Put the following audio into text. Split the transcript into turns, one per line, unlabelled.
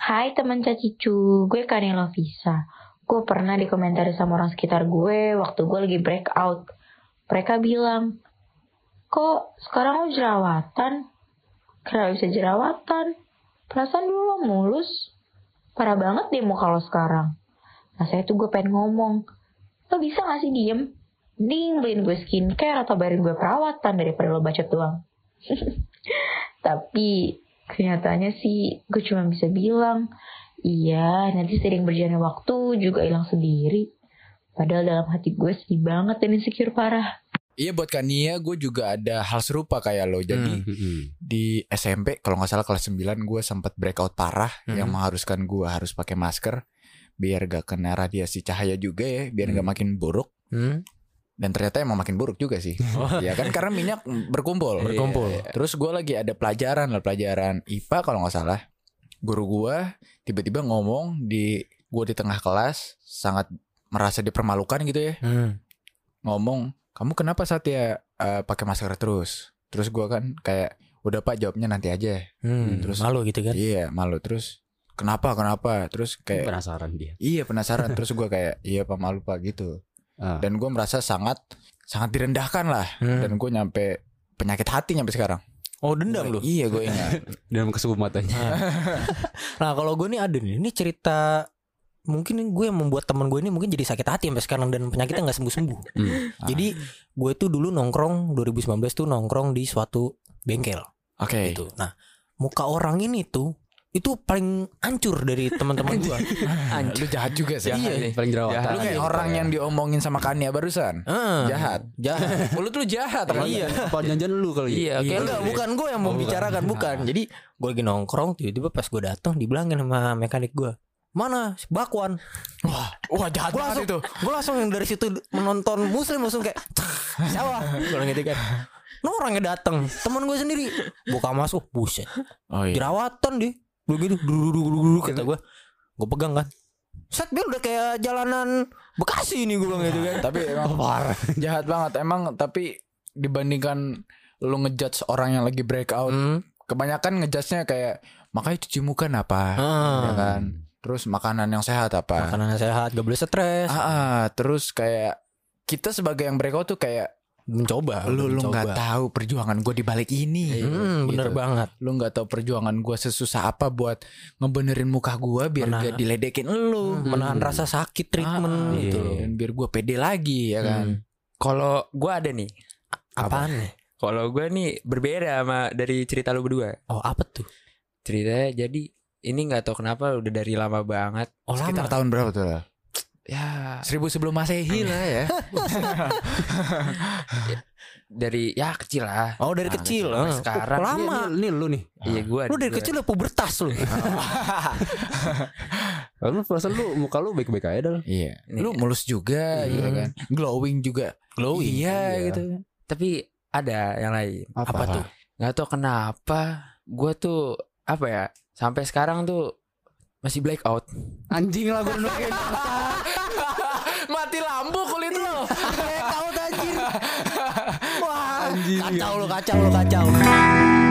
Hai teman cacicu, gue Kanelo Visa. Gue pernah dikomentari sama orang sekitar gue waktu gue lagi breakout. Mereka bilang, kok sekarang lo jerawatan? Kenapa bisa jerawatan? Perasaan dulu lo mulus. Parah banget deh muka lo sekarang. Nah saya tuh gue pengen ngomong, lo bisa gak sih diem? Mending beliin gue skincare atau bayarin gue perawatan daripada lo bacot doang. Tapi kenyataannya sih gue cuma bisa bilang iya nanti sering berjalannya waktu juga hilang sendiri padahal dalam hati gue sedih banget dan insecure parah
Iya buat Kania gue juga ada hal serupa kayak lo.
Hmm.
Jadi di SMP kalau nggak salah kelas 9 gue sempat breakout parah
Mhm.
yang mengharuskan gue harus pakai masker biar gak kena radiasi cahaya juga ya, biar nggak makin buruk.
Hmm?
Dan ternyata emang makin buruk juga sih.
Oh.
ya kan karena minyak berkumpul.
Berkumpul.
Iya, iya. Terus gue lagi ada pelajaran lah pelajaran IPA kalau nggak salah. Guru gue tiba-tiba ngomong di gue di tengah kelas sangat merasa dipermalukan gitu ya
Hmm.
ngomong kamu kenapa saat ya pakai masker terus terus gua kan kayak udah pak jawabnya nanti aja
Hmm.
Terus-
malu gitu kan?
iya malu terus kenapa kenapa terus kayak
penasaran dia.
iya penasaran terus gua kayak iya pak malu pak gitu
Ah.
dan gua merasa sangat sangat direndahkan lah
Hmm.
dan gue nyampe penyakit hati nyampe sekarang
oh dendam
Gua-
lu.
iya gue ingat
Dalam kesubuh matanya.
Nah kalau gue nih ada nih, ini cerita mungkin gue yang membuat teman gue ini mungkin jadi sakit hati sampai sekarang dan penyakitnya nggak sembuh sembuh.
Hmm.
Ah.
Jadi gue tuh dulu nongkrong 2019 tuh nongkrong di suatu bengkel
oke
gitu. Nah muka orang ini tuh itu paling hancur dari teman-teman gue.
lu jahat juga sih
Jahat. Iya.
Paling jerawatan.
lu kayak orang yang diomongin sama Kania barusan
Heeh.
jahat
Jahat.
mulut lu jahat
Apa-
iya
Apa janjian lu kali? ya?
Iya, kayak enggak, bukan gue yang
Oh,
membicarakan, bukan. Jadi gue lagi nongkrong tiba-tiba pas gue datang dibilangin sama mekanik gue. Mana si bakwan?
wah jahat
Gue langsung
banget itu
gue langsung yang dari situ menonton muslim langsung kayak "Cah, siapa? Gue bilang gitu kan. Nah, orangnya datang, teman gue sendiri buka masuk, buset.
oh
Jerawatan deh. Gue gitu, dulu dulu dulu kata gue. Gue pegang kan. Set dia udah kayak jalanan Bekasi ini gue bilang gitu kan.
tapi emang jahat banget emang tapi dibandingkan lu ngejudge orang yang lagi breakout
Hmm.
kebanyakan ngejudge-nya kayak makanya cuci muka apa ya
Ah,
kan terus makanan yang sehat apa
makanan yang sehat, gak boleh stres.
ah, ah, terus kayak kita sebagai yang breakout tuh kayak
Mencoba.
lu lu
mencoba.
nggak tahu perjuangan gue di balik ini
Hmm,
Gitu.
bener banget.
lu nggak tahu perjuangan gue sesusah apa buat ngebenerin muka gue biar
Menahan.
gak diledekin lu
Menahan
Hmm.
rasa sakit treatment
treatment
gitu. loh.
dan biar gue pede lagi ya
Hmm,
kan
Kalau gue ada nih.
Apaan nih?
Kalau gue nih berbeda sama dari cerita lu berdua.
Oh, apa tuh?
Ceritanya jadi ini nggak tahu kenapa udah dari lama banget.
Oh,
sekitar
lama.
tahun berapa tuh lah?
Ya
seribu sebelum masehi lah ya
dari ya kecil lah.
Oh, dari
Nah,
kecil.
sampai
eh.
Sekarang.
Lama.
Ini, lu nih.
Iya gue.
Lu dari kecil udah pubertas lu.
Lu perasaan lu muka lu baik-baik aja dah.
Iya.
Nih.
Lu mulus juga gitu
Hmm.
kan. Glowing juga.
Glowing.
Iya,
Iya.
gitu.
Tapi ada yang lain.
Apa tuh?
Nggak tahu kenapa gue tuh apa ya sampai sekarang tuh masih blackout.
Anjing lah gue nungguin.
Mati lampu kulit lu.
Kayak tahu anjir. Wah, kacau lu, kacau lu, kacau.